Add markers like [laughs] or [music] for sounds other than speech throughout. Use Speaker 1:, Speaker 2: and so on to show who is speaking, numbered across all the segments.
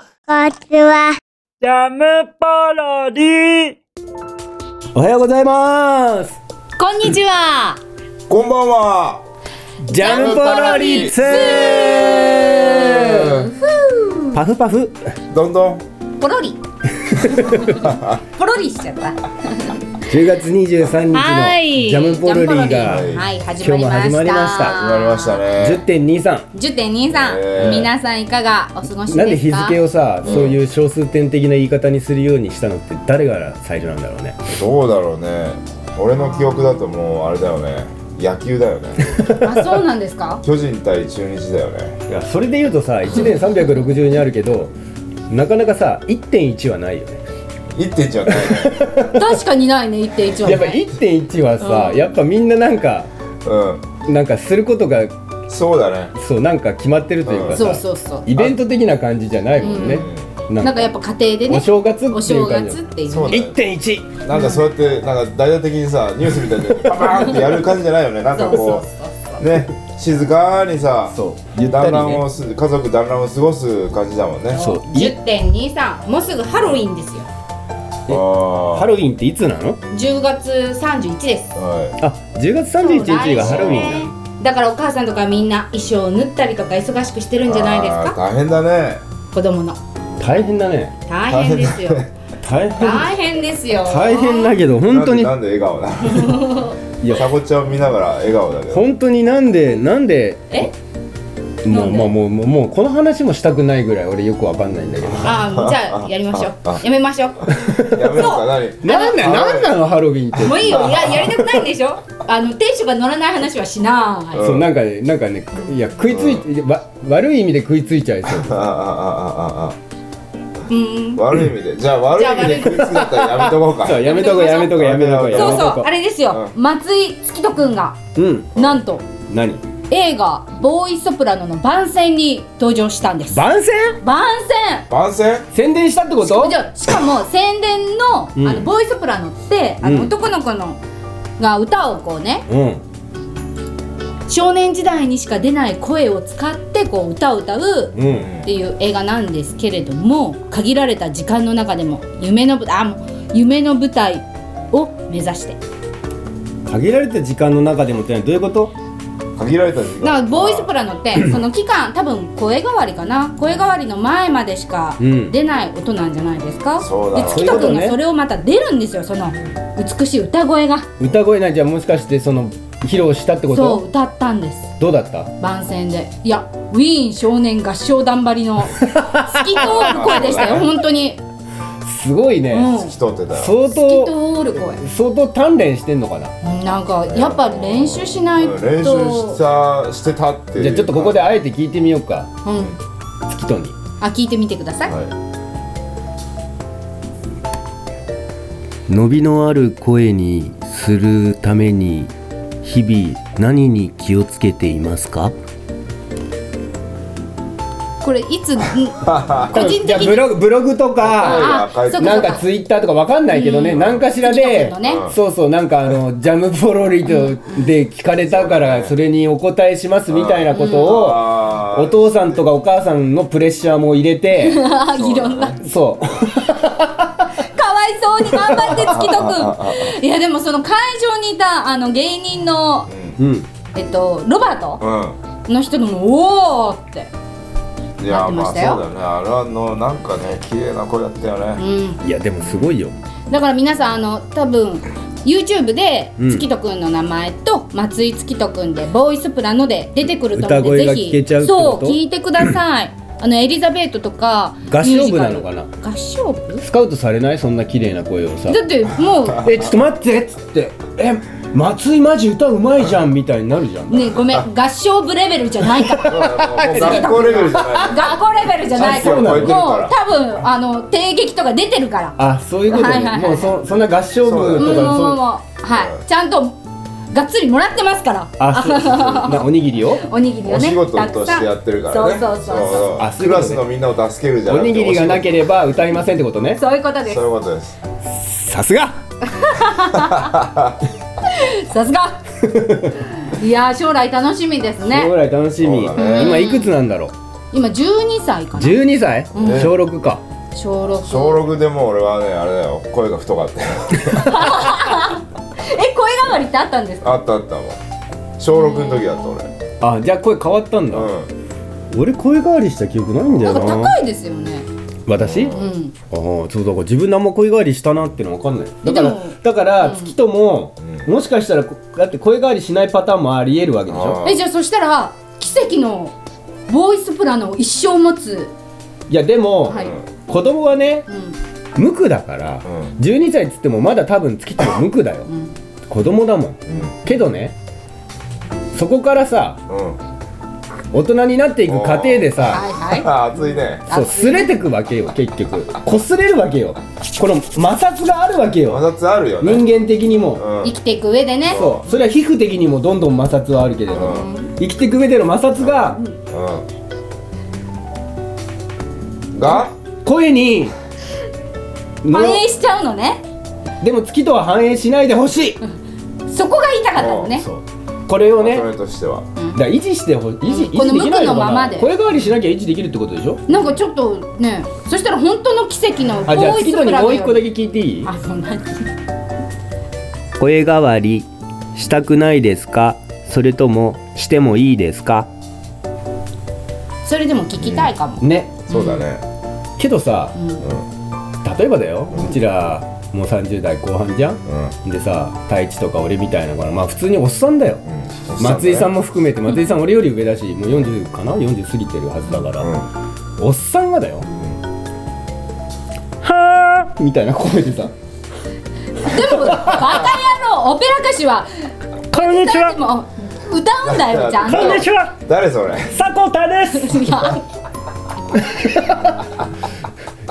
Speaker 1: ちは。
Speaker 2: ジャムパロディ
Speaker 3: おはようございます
Speaker 4: こんにちは。
Speaker 5: こんばんは。
Speaker 3: ジャムポロリッツパフパフ
Speaker 5: どんどん。
Speaker 4: ポ [laughs] ロリ。ポロリしちゃった。
Speaker 3: 10月23日
Speaker 4: は
Speaker 3: の
Speaker 4: い。
Speaker 3: ジャムポロリ
Speaker 4: ジ
Speaker 3: が
Speaker 4: ャムポロリはい、始
Speaker 3: 今日
Speaker 4: まり
Speaker 3: も
Speaker 4: ました。
Speaker 3: 始まりました
Speaker 5: 始まりましたね。
Speaker 3: 10.23
Speaker 4: 10.23、
Speaker 5: えー
Speaker 4: 皆さんいかがお過ごしですか
Speaker 3: なんで日付をさそういう小数点的な言い方にするようにしたのって誰が最初なんだろうね
Speaker 5: どうだろうね。俺の記憶だともうあれだよね。野球だよね。
Speaker 4: あ、そうなんです
Speaker 3: [laughs]
Speaker 4: か
Speaker 5: 巨人対中日だよね。
Speaker 3: いやそれで言うとさ1年360にあるけどなかなかさ1.1はないよね
Speaker 5: 一点じゃないね。
Speaker 4: 確かにないね、1.1は、ね。
Speaker 3: やっぱ1.1はさ、やっぱみんななんかなんかすることが
Speaker 5: うん。そうだね。
Speaker 3: そうなんか決まってるというかさ、
Speaker 4: そうそうそう。
Speaker 3: イベント的な感じじゃないもんね、な
Speaker 4: なんかやっぱ家庭でね、
Speaker 3: お正月って
Speaker 4: お
Speaker 3: い
Speaker 4: 正
Speaker 3: う感
Speaker 4: 月
Speaker 3: じ
Speaker 4: っていう。
Speaker 5: そうだね。
Speaker 3: 1.1
Speaker 5: なんかそうやってなんか大々的にさニュースみたいにパパーンってやる感じじゃないよね。なんかこうね静かにさ
Speaker 3: そうゆったりね
Speaker 5: 団らんをす家族団らんを過ごす感じだもんね。
Speaker 3: そう
Speaker 4: 10.23、もうすぐハロウィンですよ。
Speaker 5: あ
Speaker 3: ハロウィンっていつなの
Speaker 4: 10月31です。
Speaker 5: あ。は
Speaker 3: あ10月31日がハロウィンだ
Speaker 4: ンだからお母さんとかみんな衣装を縫ったりとか忙しくしてる
Speaker 5: い。
Speaker 4: んじゃないですか
Speaker 5: あー大変だね。
Speaker 4: 子供の
Speaker 3: 大変だね
Speaker 4: 大変ですよ
Speaker 3: 大変
Speaker 4: 大変ですよ
Speaker 3: 大変だけど本当に
Speaker 5: なんでなんで笑顔
Speaker 3: いや
Speaker 5: なサボちゃん見ながら笑顔だけど
Speaker 3: 本当になんでなんで
Speaker 4: え
Speaker 3: も
Speaker 4: な
Speaker 3: うん
Speaker 4: で
Speaker 3: まあもうもうもうこの話もしたくないぐらい俺よくわかんないんだけど
Speaker 4: ああじゃあやりましょうやめましょう
Speaker 5: やめるか
Speaker 3: [laughs]
Speaker 5: 何
Speaker 3: なんだ
Speaker 5: あ
Speaker 3: なんなのハロウィンって
Speaker 4: もういいよややりたくないんでしょあの店主が乗らない話はしない、
Speaker 3: そうなんかねなんかねいや食いついて、わ悪い意味で食いついちゃい [laughs] そう
Speaker 5: ああああああ
Speaker 4: うん
Speaker 5: 悪い意味でじゃあ悪い意味で食いついたらやめとこうか
Speaker 3: そうやめとこうやめとこうやめとこうやめと
Speaker 4: そう
Speaker 3: こ
Speaker 4: そうあれですよ、
Speaker 5: う
Speaker 4: 松井月人くんが
Speaker 3: うん
Speaker 4: なんと
Speaker 3: 何
Speaker 4: 映画「ボーイソプラノ」の番宣に登場したんです
Speaker 3: 番宣
Speaker 4: 番宣
Speaker 5: 番宣
Speaker 3: 宣伝したってこと
Speaker 4: じゃあしかも宣伝の,、
Speaker 3: うん
Speaker 4: あのボーイソプラノってあ
Speaker 3: う
Speaker 4: の、
Speaker 3: ん
Speaker 4: 男の子のが歌をこうね
Speaker 3: うん
Speaker 4: 少年時代にしか出ない声を使ってこう歌を歌う
Speaker 3: うん
Speaker 4: っていう映画なんですけれども限られた時間の中でも夢の舞あもう夢の舞台を目指して
Speaker 3: 限られた時間の中でもってのはどういうこと
Speaker 5: 限られた時間
Speaker 4: だからボーイスプラノってその期間多分声変わりかな声変わりの前までしか
Speaker 3: うん
Speaker 4: 出ない音なんじゃないですか、
Speaker 5: そうだ
Speaker 4: で
Speaker 5: ろう
Speaker 4: 月人
Speaker 3: そういう
Speaker 4: 君
Speaker 3: ことね
Speaker 4: がそれをまた出るんですよその美しい歌声が
Speaker 3: 歌声ないじゃあもしかしてその披露したってこ
Speaker 4: そ
Speaker 3: と
Speaker 4: う歌ったんです
Speaker 3: どうだった
Speaker 4: 番宣でいやウィーン少年合唱団ばりの透き通る声でし
Speaker 3: [laughs]
Speaker 4: たよ本当に、
Speaker 3: すごいね、
Speaker 4: うん、
Speaker 5: 突
Speaker 4: 透
Speaker 5: き通ってたよ
Speaker 3: 相
Speaker 4: き
Speaker 3: 当
Speaker 4: 通る声
Speaker 3: 相当鍛錬してんのかな
Speaker 4: なんかやっぱ練習しないと、
Speaker 5: うん練習したしてたっていう
Speaker 3: じゃあちょっとここであえて聞いてみようか
Speaker 4: うん、
Speaker 3: 月とに
Speaker 4: あ聞いてみてください、
Speaker 5: は
Speaker 3: 伸びのある声にするために日々何に気をつけていますか
Speaker 4: これい
Speaker 3: [laughs]
Speaker 4: つん個人
Speaker 3: じゃあ
Speaker 4: 的
Speaker 3: ブ
Speaker 4: に
Speaker 3: ログブログとか
Speaker 4: あ
Speaker 5: は
Speaker 4: あ
Speaker 5: い
Speaker 4: そっか
Speaker 3: な
Speaker 4: そ
Speaker 3: ん
Speaker 4: っ
Speaker 3: か
Speaker 4: か
Speaker 3: ツイッターとかわかんないけどね、何かしらで、
Speaker 4: 月とね
Speaker 3: そうそうなんかあのジャムポロリとで聞かれたからそれにお答えしますみたいなこと
Speaker 5: い
Speaker 3: を
Speaker 5: あ
Speaker 3: お父さんとかお母さんのプレッシャーも入れ
Speaker 4: [laughs]
Speaker 3: て
Speaker 4: あいろんなか
Speaker 3: そ
Speaker 4: わいそうに頑張って月
Speaker 3: [laughs]
Speaker 4: 人くんいやでもその会場にいたあの芸人の
Speaker 3: う、うん、
Speaker 4: えっとロバート
Speaker 5: ー
Speaker 4: の人でもおーって
Speaker 5: うんいや
Speaker 4: なって
Speaker 5: ま
Speaker 4: ま
Speaker 5: あそ
Speaker 4: した
Speaker 5: うだ
Speaker 4: よ
Speaker 5: よねあれはあのなんかね綺麗な子だったよ
Speaker 4: う
Speaker 5: ね
Speaker 4: ん
Speaker 3: いやでもすごいよ
Speaker 4: だから皆さんあの多分 YouTube で
Speaker 3: うん
Speaker 4: 月人くんの名前と松井月人くんでボーイスプラノで出てくると思う
Speaker 3: 歌
Speaker 4: ん
Speaker 3: 声
Speaker 4: で
Speaker 3: が
Speaker 4: ぜ
Speaker 3: 聞けちゃうっ
Speaker 4: ひ
Speaker 3: てこと
Speaker 4: そう聞いてくださいあのエリザベートとか
Speaker 3: 合唱部
Speaker 4: ミュージカ
Speaker 3: な
Speaker 4: ル
Speaker 3: のかな
Speaker 4: 合唱部
Speaker 3: スカウトされないそんな綺麗な声をさ
Speaker 4: だってもう
Speaker 3: 「えちょっと待って」っつって「え松井マジ歌うまいじゃん」みたいになるじゃん、
Speaker 4: ねごめん合唱部レベルじゃないか
Speaker 5: そう [laughs] だ
Speaker 4: ら
Speaker 5: よもう学校レベルじゃない
Speaker 4: 学校レベルじゃないから
Speaker 5: 合
Speaker 4: も
Speaker 5: 唱
Speaker 4: う
Speaker 5: 部超えてるから
Speaker 4: 多分あの帝劇とか出てるから
Speaker 3: あそういうことね、
Speaker 4: はいはいはい
Speaker 3: もうそそんな合唱部と
Speaker 4: う
Speaker 3: か
Speaker 4: んもう
Speaker 3: そう
Speaker 4: もうもうはいちゃんとがっつりもらってますから
Speaker 3: あそうそうなおにぎりを
Speaker 4: おにぎりを
Speaker 5: お
Speaker 4: ね
Speaker 5: 仕事
Speaker 4: た
Speaker 5: と
Speaker 4: くさ
Speaker 5: し
Speaker 4: ん
Speaker 5: てやってるからね
Speaker 4: そうそうそうそう
Speaker 5: そう
Speaker 3: あそうい
Speaker 5: ク
Speaker 3: うこと
Speaker 5: ラ
Speaker 3: ね
Speaker 5: スのみんなを助けるじゃ
Speaker 3: お
Speaker 5: なくて
Speaker 3: にぎりがなければ歌いませんってことね
Speaker 4: そういうことで
Speaker 5: お仕
Speaker 4: す
Speaker 5: 事そういうことです
Speaker 3: さすが
Speaker 4: さす
Speaker 3: [laughs]
Speaker 4: がいやー将来楽しみです
Speaker 3: 将
Speaker 4: ね
Speaker 3: 来楽しみ、
Speaker 5: そうだね
Speaker 3: 今いくつなんだろう
Speaker 4: 今12歳かな
Speaker 3: 12歳、
Speaker 5: ん
Speaker 3: 小6か
Speaker 4: 小六
Speaker 5: 小6でも俺はねあれだよ声が太
Speaker 3: [laughs]
Speaker 5: かったよ
Speaker 4: え声変わりってあったんですか
Speaker 5: あったあったもん小6の時だった俺
Speaker 3: あじゃあ声変わったんだ、
Speaker 5: うん
Speaker 3: 俺声変わりした記憶ないんだ
Speaker 4: な
Speaker 3: よ
Speaker 4: んか
Speaker 3: な
Speaker 4: 高いですよね
Speaker 3: 私、あ
Speaker 4: うん
Speaker 3: あそうだから自分何も声変わりしたなっての分かんないだか
Speaker 4: で
Speaker 3: ら
Speaker 4: も
Speaker 3: だから月とも、
Speaker 5: うん
Speaker 3: もしかしたらこだって声変わりしないパターンもありえるわけでしょ
Speaker 5: あー
Speaker 4: えじゃあそしたら奇跡のボーイスプラの一生持つ
Speaker 3: いやでも、
Speaker 4: はい、
Speaker 3: 子供はね
Speaker 4: うん
Speaker 3: 無垢だから、
Speaker 5: うん
Speaker 3: 12歳っつってもまだ多分月とも無垢だよ
Speaker 4: うん
Speaker 3: 子供だもんけどねそこからさ
Speaker 5: うんうん
Speaker 3: 大人になっていく過程でさ
Speaker 4: は
Speaker 3: [laughs]
Speaker 4: いは
Speaker 5: あー [laughs] 熱いね
Speaker 3: そう
Speaker 4: 熱い
Speaker 3: 擦れてくわけよ結局擦れるわけよこの摩擦があるわけ
Speaker 5: 摩
Speaker 3: よ
Speaker 5: 擦あるよね
Speaker 3: 人間的に
Speaker 5: う
Speaker 3: も
Speaker 5: ん
Speaker 4: い生きていく上でね
Speaker 3: そうそれは皮膚的にもどんどん摩擦はあるけれど
Speaker 5: う
Speaker 3: 生きていく上での摩擦が
Speaker 5: うんが
Speaker 3: 声にの
Speaker 4: 反映しちゃうのね
Speaker 3: でも月とは反映しないでほしい
Speaker 4: そこが言いたかったのね
Speaker 3: そうこれをね
Speaker 5: まとめとしては
Speaker 3: だから維持してほ維持
Speaker 4: う
Speaker 3: 維持できな
Speaker 4: ん
Speaker 3: い
Speaker 4: この無垢の
Speaker 3: のか
Speaker 4: まま
Speaker 3: な
Speaker 4: で
Speaker 3: 声変わりしなきゃ維持できるってことでしょ
Speaker 4: なんかちょっとねそしたら本当の奇跡の
Speaker 3: あじゃあ
Speaker 4: ボーイ
Speaker 3: 月
Speaker 4: ス
Speaker 3: と
Speaker 4: プ
Speaker 3: に
Speaker 4: ラ
Speaker 3: も
Speaker 4: の
Speaker 3: う一個だ
Speaker 4: よ
Speaker 3: け聞いていい
Speaker 4: あそう何う
Speaker 6: 声変わりしたくないですかそれともしてもいいですか
Speaker 4: それでも聞きたいかも、
Speaker 3: ね
Speaker 5: そうだね
Speaker 3: けどさ
Speaker 4: うん
Speaker 3: 例えばだようちらもう30代後半じゃん
Speaker 5: うん
Speaker 3: でさ太一とか俺みたいなからまあ普通におっさんだよ
Speaker 5: うん
Speaker 3: 松井さん
Speaker 5: も
Speaker 3: も含めて松井さん俺より上だしもう40かな40過ぎてるはずだから、
Speaker 5: う
Speaker 3: おっさんがだよ
Speaker 2: は
Speaker 3: みたいな声でさ
Speaker 4: でもバカ野郎オペラ歌手は
Speaker 2: ーこんにち
Speaker 4: 歌って
Speaker 2: は
Speaker 4: も歌うんだよちゃんと
Speaker 2: こんにちは
Speaker 5: ん
Speaker 3: [laughs]
Speaker 5: 誰それ
Speaker 2: さこたです
Speaker 4: いや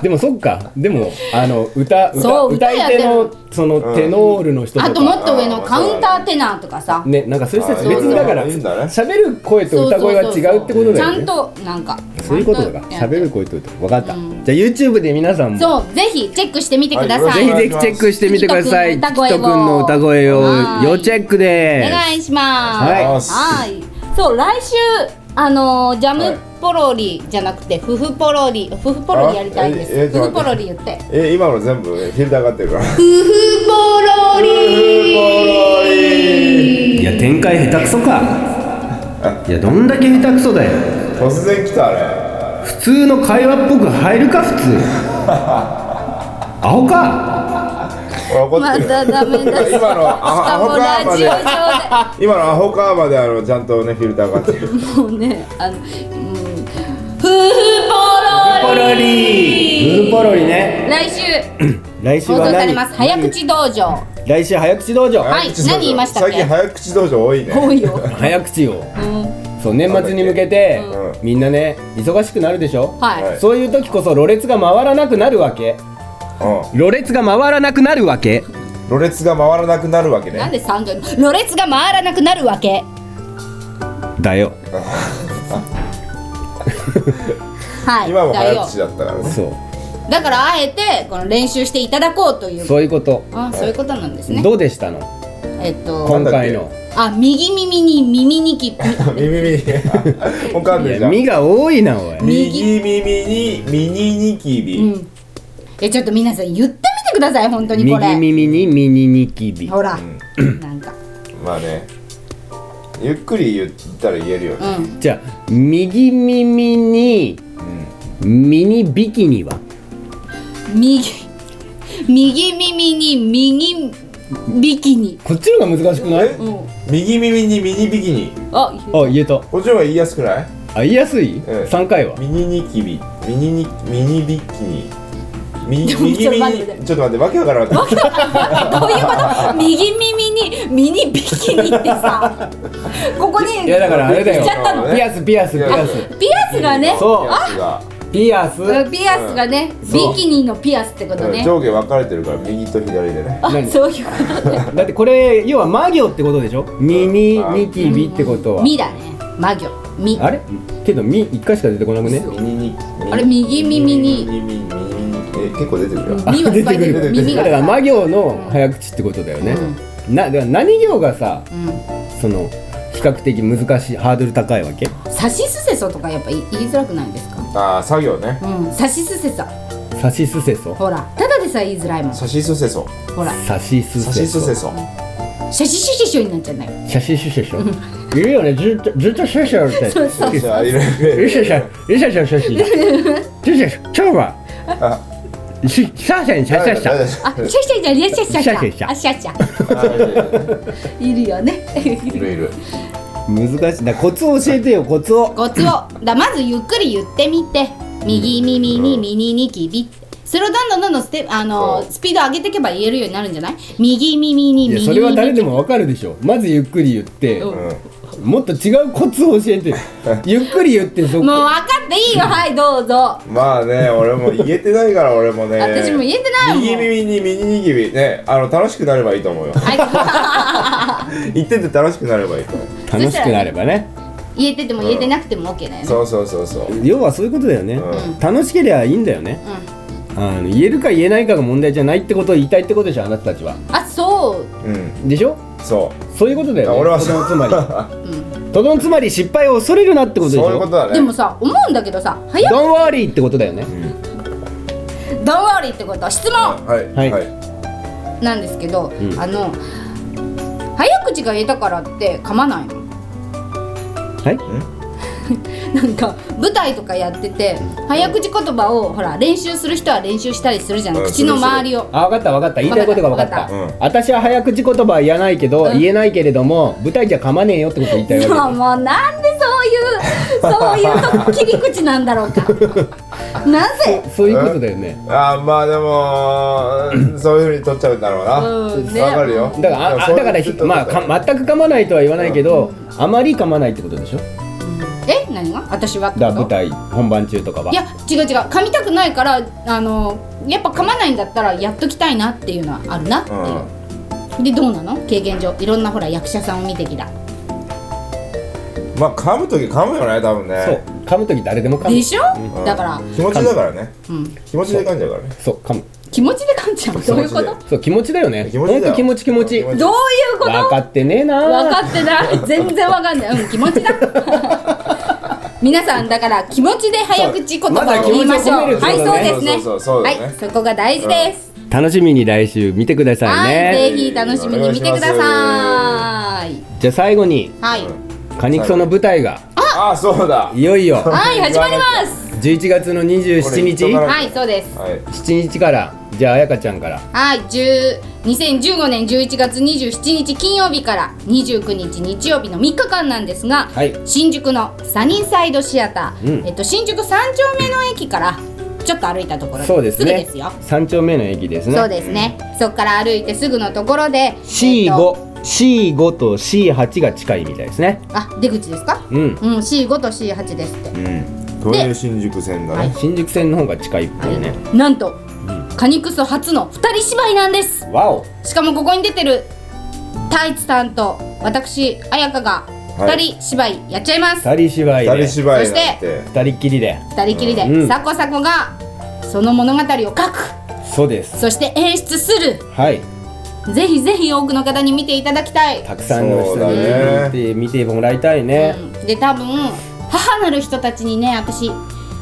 Speaker 3: でもそっかでもあの歌歌
Speaker 4: そう
Speaker 3: 歌い手
Speaker 4: 歌やっ
Speaker 3: のそのテノールの人とか、
Speaker 4: あともっと上のカウンターテナーとかさ、
Speaker 3: ねなんかそういう人たち別にだから
Speaker 5: あいいんだね
Speaker 3: 喋る声と歌声は違うってことだよね
Speaker 4: ちゃんとなんか
Speaker 3: そういうことだか
Speaker 4: ちゃん
Speaker 3: 喋る声と歌分かった、
Speaker 4: うん
Speaker 3: じゃあ YouTube で皆さんも
Speaker 4: そうぜひチェックしてみてください、
Speaker 5: は
Speaker 6: ぜ
Speaker 5: い
Speaker 6: ひぜひチェックしてみてください
Speaker 4: 月
Speaker 6: き
Speaker 4: と
Speaker 6: と
Speaker 4: く
Speaker 6: くん
Speaker 4: んの
Speaker 6: の
Speaker 4: 歌
Speaker 6: 歌
Speaker 4: 声
Speaker 6: 声
Speaker 4: を
Speaker 6: を
Speaker 4: は
Speaker 6: 要
Speaker 4: い
Speaker 6: チェック
Speaker 4: お
Speaker 6: です
Speaker 4: 願いします
Speaker 3: はい
Speaker 4: はいそう来週あのージャムポロリじゃなくて夫婦ポロリ夫婦ポロリやりたいで
Speaker 5: あええ
Speaker 4: す
Speaker 5: ちょ
Speaker 4: 夫婦
Speaker 5: っと
Speaker 4: ポロ
Speaker 5: 待
Speaker 4: リ言って
Speaker 5: え今の全部フィルターかかってるから
Speaker 4: 夫婦ポロリ
Speaker 6: いや展開下手くそかいやどんだけ下手くそだよ
Speaker 5: 突然来たあ
Speaker 6: 普通の会話っぽく入るか普通アホか
Speaker 5: れ俺怒っ
Speaker 4: ま
Speaker 5: てる
Speaker 4: たダメだし
Speaker 5: 今のア
Speaker 4: か
Speaker 5: アホ
Speaker 4: も
Speaker 5: カーまで
Speaker 4: ラ
Speaker 5: 今のアホカーまであのちゃんとねフィルターかかってる
Speaker 4: ジオ上でもうねあの、うん、夫婦ポロリ
Speaker 6: ブーポロリね
Speaker 4: 来週
Speaker 3: 来週は
Speaker 4: 放送され
Speaker 3: 何
Speaker 4: ます早口道場
Speaker 3: 来週早口道場
Speaker 4: はい何言いましたっけ
Speaker 5: 最近早口道場多いね
Speaker 4: 多いよ、
Speaker 3: 早口を
Speaker 4: うん、
Speaker 3: そう年末に向けて、
Speaker 5: うん
Speaker 3: みんなね忙しくなるでしょ、
Speaker 4: はい、
Speaker 5: はい
Speaker 3: そういう時こそろれつが回らなくなるわけ
Speaker 5: う
Speaker 3: ろれつが回らなくなるわけ
Speaker 5: んろれつが回らなくなるわけ
Speaker 4: なん
Speaker 5: ね
Speaker 4: で三回ろれつが回らなくなるわけ
Speaker 3: だよ
Speaker 4: はい
Speaker 5: 今も
Speaker 4: だ
Speaker 5: 早
Speaker 4: よ
Speaker 5: 口だったからね
Speaker 3: そ
Speaker 4: だからあえてこの練習していただこうというう
Speaker 3: そういうこと、
Speaker 4: あそういうことなんですね
Speaker 3: どうでしたの
Speaker 4: えっと
Speaker 3: 今回の
Speaker 4: あ右耳に耳にき
Speaker 5: 耳にもう噛ん
Speaker 3: い
Speaker 5: でるじ
Speaker 3: や
Speaker 5: ゃん
Speaker 3: 身が多いなおい
Speaker 5: 右耳にミニニキ
Speaker 4: う
Speaker 5: ビ
Speaker 4: んえちょっと皆さん言ってみてください本当にこ
Speaker 6: 右
Speaker 4: れ
Speaker 6: 耳にミニニキビ
Speaker 4: ほら、
Speaker 5: う
Speaker 4: なんか
Speaker 5: まあねゆっくり言ったら言えるよ
Speaker 4: う
Speaker 5: ね
Speaker 4: ん
Speaker 6: じゃあ右耳に
Speaker 5: うん
Speaker 6: ミニビキニは
Speaker 4: 右右耳に右ビキニ
Speaker 3: こっちの方が難しくない
Speaker 5: え
Speaker 4: うん
Speaker 5: 右耳にミニビキニ
Speaker 4: あ
Speaker 3: あ言えた
Speaker 5: こっちの方が言いやすくない
Speaker 3: あ言いやすい、
Speaker 5: ええ
Speaker 3: 三回は
Speaker 5: ミニニキビミニニミニビキニミ
Speaker 4: で
Speaker 5: ニ
Speaker 4: も
Speaker 5: 右
Speaker 4: ちょっ
Speaker 5: 耳
Speaker 4: と待って
Speaker 5: にちょっと待ってわけわからなかった
Speaker 4: どういうこと右耳にミニビキニってさここに
Speaker 3: いやだからあれだよ
Speaker 4: ちゃったの
Speaker 3: ピアスピアスピアス
Speaker 4: ピアスがね
Speaker 3: そう
Speaker 5: やつが
Speaker 3: ピアス
Speaker 4: ピアスがね
Speaker 3: そう
Speaker 4: ビキニのピアスってことね
Speaker 5: 上下分かれてるから右と左でね
Speaker 4: あ
Speaker 3: 何
Speaker 4: そういうことね
Speaker 3: だってこれ要は魔行ってことでしょミニニキビってことは
Speaker 4: ミだね魔女ミ
Speaker 3: あれけどミ一回しか出てこなくね
Speaker 5: 右に
Speaker 4: あれ右耳に
Speaker 5: 右耳にえ結構出てるよ
Speaker 4: ミはいっぱい
Speaker 3: 出て
Speaker 4: 出る
Speaker 5: くる
Speaker 4: 耳
Speaker 3: だ
Speaker 4: が
Speaker 3: から魔
Speaker 4: さ
Speaker 3: 行の早口ってことだよね、なでは何行がさ
Speaker 4: うん
Speaker 3: その比較的難しいハードル高いわけ
Speaker 4: さしすせそとかやっぱ言いづらくないですか
Speaker 5: ああ作業ね
Speaker 4: うんさしすせそ
Speaker 3: さしすせそ
Speaker 4: ほらただでさえ言いづらいもん
Speaker 5: さしすせそ
Speaker 4: ほら
Speaker 6: さしす
Speaker 5: さ
Speaker 6: せ
Speaker 5: しす
Speaker 6: そ
Speaker 5: せそ
Speaker 4: シャシシシショになっちゃうんだよ
Speaker 3: 写真しゅしょしょいるよねずっとずっとしゅしょって
Speaker 4: そうそう
Speaker 5: じゃあいろい
Speaker 3: よ
Speaker 5: ろ
Speaker 3: しよしよしよしよしよしよし今日は
Speaker 5: あ
Speaker 3: しさあせんさあせんさ
Speaker 5: 誰だ
Speaker 4: あシャシャシャシャ
Speaker 3: シャ
Speaker 4: シャシャ
Speaker 3: シャシャ
Speaker 4: あシャシャ
Speaker 5: 誰だ
Speaker 4: いるよね
Speaker 3: [laughs]
Speaker 5: いろいろ
Speaker 3: 難しいなコツを教えてよコツを
Speaker 4: コツをだまずゆっくり言ってみて右耳に右ニキビそれをどんどんどんどんステあの
Speaker 5: そう
Speaker 4: スピード上げていけば言えるようになるんじゃない右耳に
Speaker 3: いや
Speaker 4: 右
Speaker 3: それは誰
Speaker 4: 耳
Speaker 3: でもわかるでしょまずゆっくり言って
Speaker 4: うん
Speaker 5: うん
Speaker 3: もっと違うコツを教えてよゆっくり言ってそ
Speaker 4: もう
Speaker 3: こ
Speaker 4: 分かっていいよはいどうぞ
Speaker 5: まあね、俺も言えてないから俺もね。
Speaker 4: 私も言えてないもん
Speaker 5: 右耳に右にぎびね、あの楽しくなればいいと
Speaker 4: [laughs]
Speaker 5: 思うよ。
Speaker 4: はい
Speaker 5: 言ってて楽しくなればいいと思う。
Speaker 3: 楽しくなればね
Speaker 4: [laughs] 言えてても言えてなくても OK だよね
Speaker 5: そうそうそうそう。うん。
Speaker 3: 要はそういうことだよね楽しければいいんだよねあの言えるか言えないかが問題じゃないってことを言いたいってことでしょあなたたちは
Speaker 4: あそう
Speaker 5: うん。
Speaker 3: でしょ
Speaker 5: そ
Speaker 3: そういうことだよ、ね、
Speaker 5: 俺は
Speaker 3: と
Speaker 5: そう
Speaker 3: どのつまりとどのつまり失敗を恐れるなってこ
Speaker 5: う。
Speaker 3: とでしょ
Speaker 5: [laughs] そういうことだね。
Speaker 4: でもさ思うんだけどさ早く
Speaker 3: ドンワーリーってことだよね、
Speaker 4: 「ダンワーリー」ってこと質問
Speaker 5: はい。
Speaker 3: はい
Speaker 5: はい。
Speaker 4: なんですけど、
Speaker 3: ん
Speaker 4: あの早口が下手からって噛まないの
Speaker 3: はい
Speaker 4: なんか舞台とかやってて早口言葉をほら練習する人は練習したりするじゃない
Speaker 5: うん
Speaker 4: 口の周りを
Speaker 3: あ分かった分かった言いたいことが分かった
Speaker 4: わかった
Speaker 5: わかった
Speaker 3: 私は早口言葉は言えないけど、言えないけれども舞台じゃ噛まねえよってことを言いたいわけ
Speaker 4: もうもうなんでそういうそういうと切り口なんだろうかなぜ
Speaker 3: そういうことだよね
Speaker 5: あーまあ
Speaker 4: [clears throat]
Speaker 5: でも、そういうふうに取っちゃうんだろうな。
Speaker 4: うんね
Speaker 5: わかるよ。
Speaker 3: だからああだからひまあか全く噛まないとは言わないけど、あまり噛まないってことでしょ
Speaker 4: え何が私はってこ
Speaker 3: だ
Speaker 4: と
Speaker 3: から舞台本番中とかはい
Speaker 4: や違う違う噛みたくないからあのやっぱ噛まないんだったらやっときたいなっていうのはあるなっていう、でどうなの経験上いろんなほら役者さんを見てきた
Speaker 5: うん。まあ噛むとき噛むよね、多分
Speaker 3: そう
Speaker 5: ね。
Speaker 3: 噛む時誰でも噛む
Speaker 4: でしょ、
Speaker 5: うん
Speaker 4: だから、
Speaker 5: 気持ちだからね。
Speaker 4: うん、
Speaker 5: 気持ちで噛んじゃうからね。
Speaker 3: そう噛む
Speaker 4: 気持ちで噛んじゃうどういうこと
Speaker 5: 気
Speaker 4: ど
Speaker 5: 持
Speaker 4: う
Speaker 3: そう気持ちだよね
Speaker 5: 気持ちだよ
Speaker 3: ほんと気持ち気持ち
Speaker 5: 気持
Speaker 3: 分
Speaker 5: ち
Speaker 4: いうこと
Speaker 3: かってねえな
Speaker 4: 分かってない [laughs] 全然分かんない、うん、気持ちだ [laughs] 皆さんだから気持ちで早口言葉を言いましょう、
Speaker 3: まずは気持ちを
Speaker 4: は
Speaker 3: 込
Speaker 4: い
Speaker 3: める
Speaker 4: そうですね
Speaker 5: そうそうそうそうだね
Speaker 4: はいそこが大事です、
Speaker 6: 楽しみに来週見てくださいね、
Speaker 4: はいぜひ楽しみに見てください
Speaker 6: じゃあ最後に
Speaker 4: はい、
Speaker 6: カニクソの舞台が
Speaker 5: ああ、そうだ。
Speaker 6: いよいよ
Speaker 4: はい始まります
Speaker 6: 11月の27
Speaker 5: これ言っ
Speaker 6: 日
Speaker 5: とか
Speaker 4: はいそうです
Speaker 5: はい。
Speaker 6: 7日からじゃあ彩香ちゃんから
Speaker 4: はい、10 2015年11月27日金曜日から29日日曜日の3日間なんですが、
Speaker 3: い
Speaker 4: 新宿のサニーサイドシアター、えっと、新宿三丁目の駅からちょっと歩いたところ
Speaker 6: そうです
Speaker 4: ぐ
Speaker 6: ね
Speaker 4: ですよ。
Speaker 6: 三丁目の駅ですね
Speaker 4: そうですね、そこから歩いてすぐのところで
Speaker 6: C5、
Speaker 4: えっと
Speaker 6: C5 と C8 が近いみたいですね
Speaker 4: あ出口ですか、
Speaker 6: うん
Speaker 4: うん、C5 と C8 ですって、
Speaker 5: うん。これ新宿線だね。
Speaker 6: 新宿線の方が近いっぽいね
Speaker 4: なんと、カニクソ初の二人芝居なんです
Speaker 3: わお
Speaker 4: しかもここに出てる太一さんと私彩香が
Speaker 5: は
Speaker 4: 二人芝居やっちゃいます、
Speaker 6: 二人芝居
Speaker 5: 二人
Speaker 6: で
Speaker 5: 芝居なんて。
Speaker 6: 二人っきりで
Speaker 4: 二人きりで、
Speaker 6: うん
Speaker 4: サコサコがその物語を書く
Speaker 6: そうです
Speaker 4: そして演出する
Speaker 6: はい
Speaker 4: ぜひぜひ多くの方に見ていただきたい、
Speaker 6: たくさんの人
Speaker 5: そうだね
Speaker 6: に見て,、見てもらいたいね、
Speaker 4: うんで多分母なる人たちにね私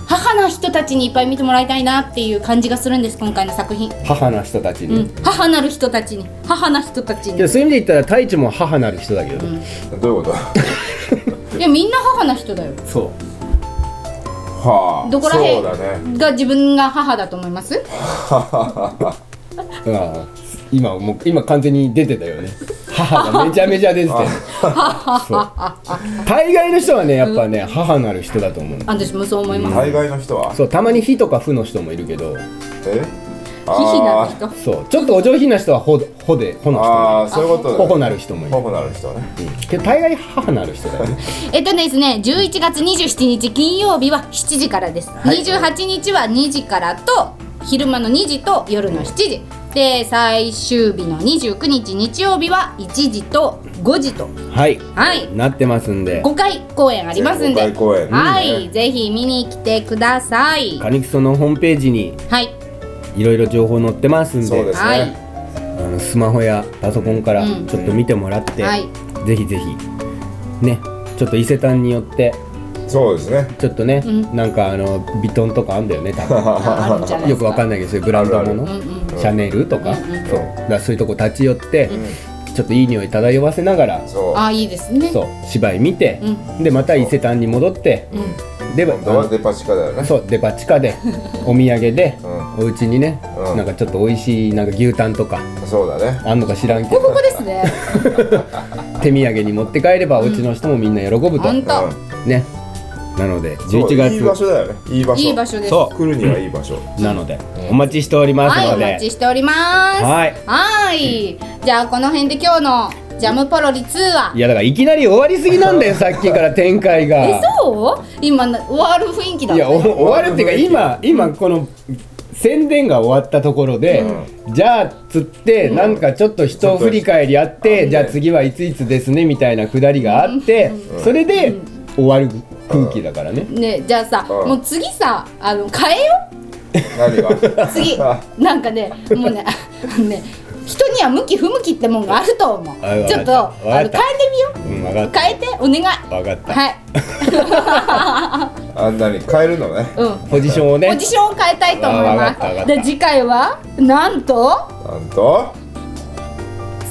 Speaker 4: 母な人たちにいっぱい見てもらいたいなっていう感じがするんです今回の作品、
Speaker 6: 母な人たち
Speaker 4: う
Speaker 6: に、
Speaker 4: ん、母なる人たちに母な人たちに
Speaker 6: でそういう意味で言ったら太一も母なる人だけど、
Speaker 5: どう
Speaker 4: [laughs]
Speaker 5: いうこと
Speaker 4: いやみんな母な人だよ
Speaker 6: そう
Speaker 5: はあ
Speaker 4: どこら
Speaker 5: そ
Speaker 4: 辺
Speaker 5: うだね
Speaker 4: が自分が母だと思います
Speaker 3: ああ今もう今完全に出てたよね母がめちゃめちゃ出てたよそう大概の人はねやっぱね、母なる人だと思うの
Speaker 4: 私もそう思います、
Speaker 5: 大概の人は
Speaker 3: そうたまに「非」とか「不」の人もいるけど
Speaker 5: え
Speaker 4: ヒヒな
Speaker 5: あー
Speaker 4: 人
Speaker 3: そうちょっとお上品な人は「ほ」「ほ」で「ほ」の人も
Speaker 5: あーそういうこ
Speaker 3: い
Speaker 5: と
Speaker 3: る
Speaker 5: だ
Speaker 3: ほほ
Speaker 5: ね
Speaker 3: なる人もいる
Speaker 5: ほほなる人ね
Speaker 3: けど大概母なる人だよね
Speaker 4: えっとですね、11月27日金曜日は7時からです。28日は2時からと昼間の2時と夜の7時。で最終日の29日日曜日は1時と5時と
Speaker 6: はい
Speaker 4: はい
Speaker 6: なってますんで
Speaker 4: 5回公演ありますん
Speaker 5: 全
Speaker 4: で、
Speaker 5: 国公演
Speaker 4: はいぜひ見に来てください。
Speaker 6: カニクソのホームページに
Speaker 4: はい
Speaker 6: いろいろ情報載ってますんで
Speaker 5: そうですね、
Speaker 4: はい
Speaker 6: あのスマホやパソコンから
Speaker 4: うん
Speaker 6: ちょっと見てもらって、
Speaker 4: はい
Speaker 6: ぜひぜひねちょっと伊勢丹によって
Speaker 5: そうですね
Speaker 3: ちょっとね、なんかあのビトンとかあんだよね多分
Speaker 4: あるんじゃないで
Speaker 3: よ
Speaker 4: す
Speaker 3: くわかんないけどそういうブランドもの
Speaker 4: あるあるうん
Speaker 3: シャネルとか,、そうだからそういうとこ立ち寄って、ちょっといい匂い漂わせながら、
Speaker 5: そう
Speaker 4: あいいですね
Speaker 3: そう芝居見て、
Speaker 4: う
Speaker 3: でまた伊勢丹に戻って、で
Speaker 5: 今度はデパ地下だよね
Speaker 3: そうデパ地下
Speaker 4: [laughs]
Speaker 3: でお土産で、
Speaker 5: う
Speaker 3: お家にね、
Speaker 5: うん
Speaker 3: なんかちょっと美味しいなんか牛タンとか
Speaker 5: そうだね
Speaker 3: あんのか知らんけ
Speaker 4: こ [laughs] こ
Speaker 3: ど
Speaker 4: ですね
Speaker 3: 手土産に持って帰ればお家の人もみんな喜ぶと、
Speaker 4: 本当
Speaker 3: ねなので
Speaker 5: そう
Speaker 3: 11
Speaker 5: いい場
Speaker 3: 月
Speaker 5: 所だよねいい場所
Speaker 4: いい場所です
Speaker 3: そ
Speaker 5: 来るにはいい場所
Speaker 3: なのでお待ちしております
Speaker 4: はい
Speaker 3: の
Speaker 4: お
Speaker 3: で、
Speaker 4: 待ちしております
Speaker 3: はい
Speaker 4: はいじゃあこの辺で今日のジャムポロリ2はい
Speaker 3: やだからいきなり終わりすぎなん
Speaker 4: [laughs]
Speaker 3: だよさっきから展開が
Speaker 4: えそう今な終わる雰囲気だっ
Speaker 3: い
Speaker 4: た
Speaker 3: やお
Speaker 4: よ
Speaker 3: 終わるっていうか今今この宣伝が終わったところで、じゃあつってなんかちょっと人振り返りあって、
Speaker 5: うん
Speaker 3: じゃあ次はいついつですねみたいなくだりがあって、それで終わる空気だからね、
Speaker 4: ねじゃあさ
Speaker 5: うん
Speaker 4: もう次さあの変えよう
Speaker 5: 何が
Speaker 4: [laughs] 次なんかねもうねあのね人には向き不向きってもんがあると思う
Speaker 3: あわかった
Speaker 4: ちょっとあの
Speaker 3: わか
Speaker 4: 変え
Speaker 3: ってた
Speaker 4: みよ
Speaker 3: うん、分かっ
Speaker 4: う
Speaker 3: た
Speaker 4: 変えてお願い
Speaker 3: 分かった、
Speaker 4: はい
Speaker 5: あんなに変えるのね
Speaker 4: うん
Speaker 3: ポジションを [laughs] ね
Speaker 4: ポジションを変えたいと思い
Speaker 3: あわか
Speaker 4: ま
Speaker 3: ったわかっ
Speaker 4: す
Speaker 3: た
Speaker 4: で次回はなんと
Speaker 5: なんと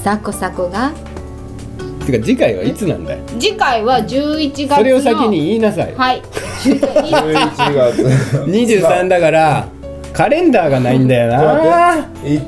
Speaker 4: サコサコが
Speaker 3: てか次回はいつなんだよ
Speaker 4: 次回は11月の
Speaker 3: それを先に言いなさい、
Speaker 4: はい
Speaker 5: 11月
Speaker 3: [laughs] 23だからカレンダーがないんだよ
Speaker 5: ちょっと
Speaker 3: な
Speaker 5: 待って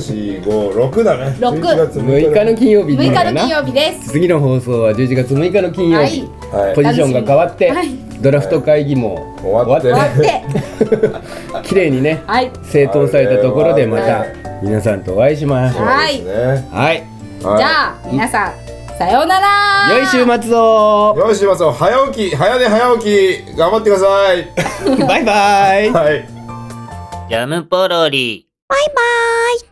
Speaker 5: 12345だね
Speaker 4: 六
Speaker 5: 11月
Speaker 3: 6日の金曜日
Speaker 4: 6
Speaker 3: なん
Speaker 4: 日
Speaker 3: だよ
Speaker 4: の
Speaker 3: な
Speaker 4: 金曜日です
Speaker 3: 次の放送は11月6日の金曜日、
Speaker 5: はい
Speaker 3: ポジションが変わって、
Speaker 4: はい
Speaker 3: ドラフト会議も
Speaker 5: 終わって
Speaker 4: 終わって
Speaker 5: [laughs]
Speaker 3: 綺麗にね
Speaker 4: はい
Speaker 3: 整頓されたところでまた
Speaker 5: はい
Speaker 3: 皆さんとお会いしましょう
Speaker 4: は
Speaker 5: はい
Speaker 4: い
Speaker 5: ね
Speaker 3: はい
Speaker 5: はい
Speaker 4: じゃあ皆さんさようなら
Speaker 3: 良い週末を
Speaker 5: よしまさん早起き早寝早起き頑張ってください
Speaker 3: バイバイ
Speaker 5: はい
Speaker 1: ジャムポロリ。
Speaker 7: バイバイ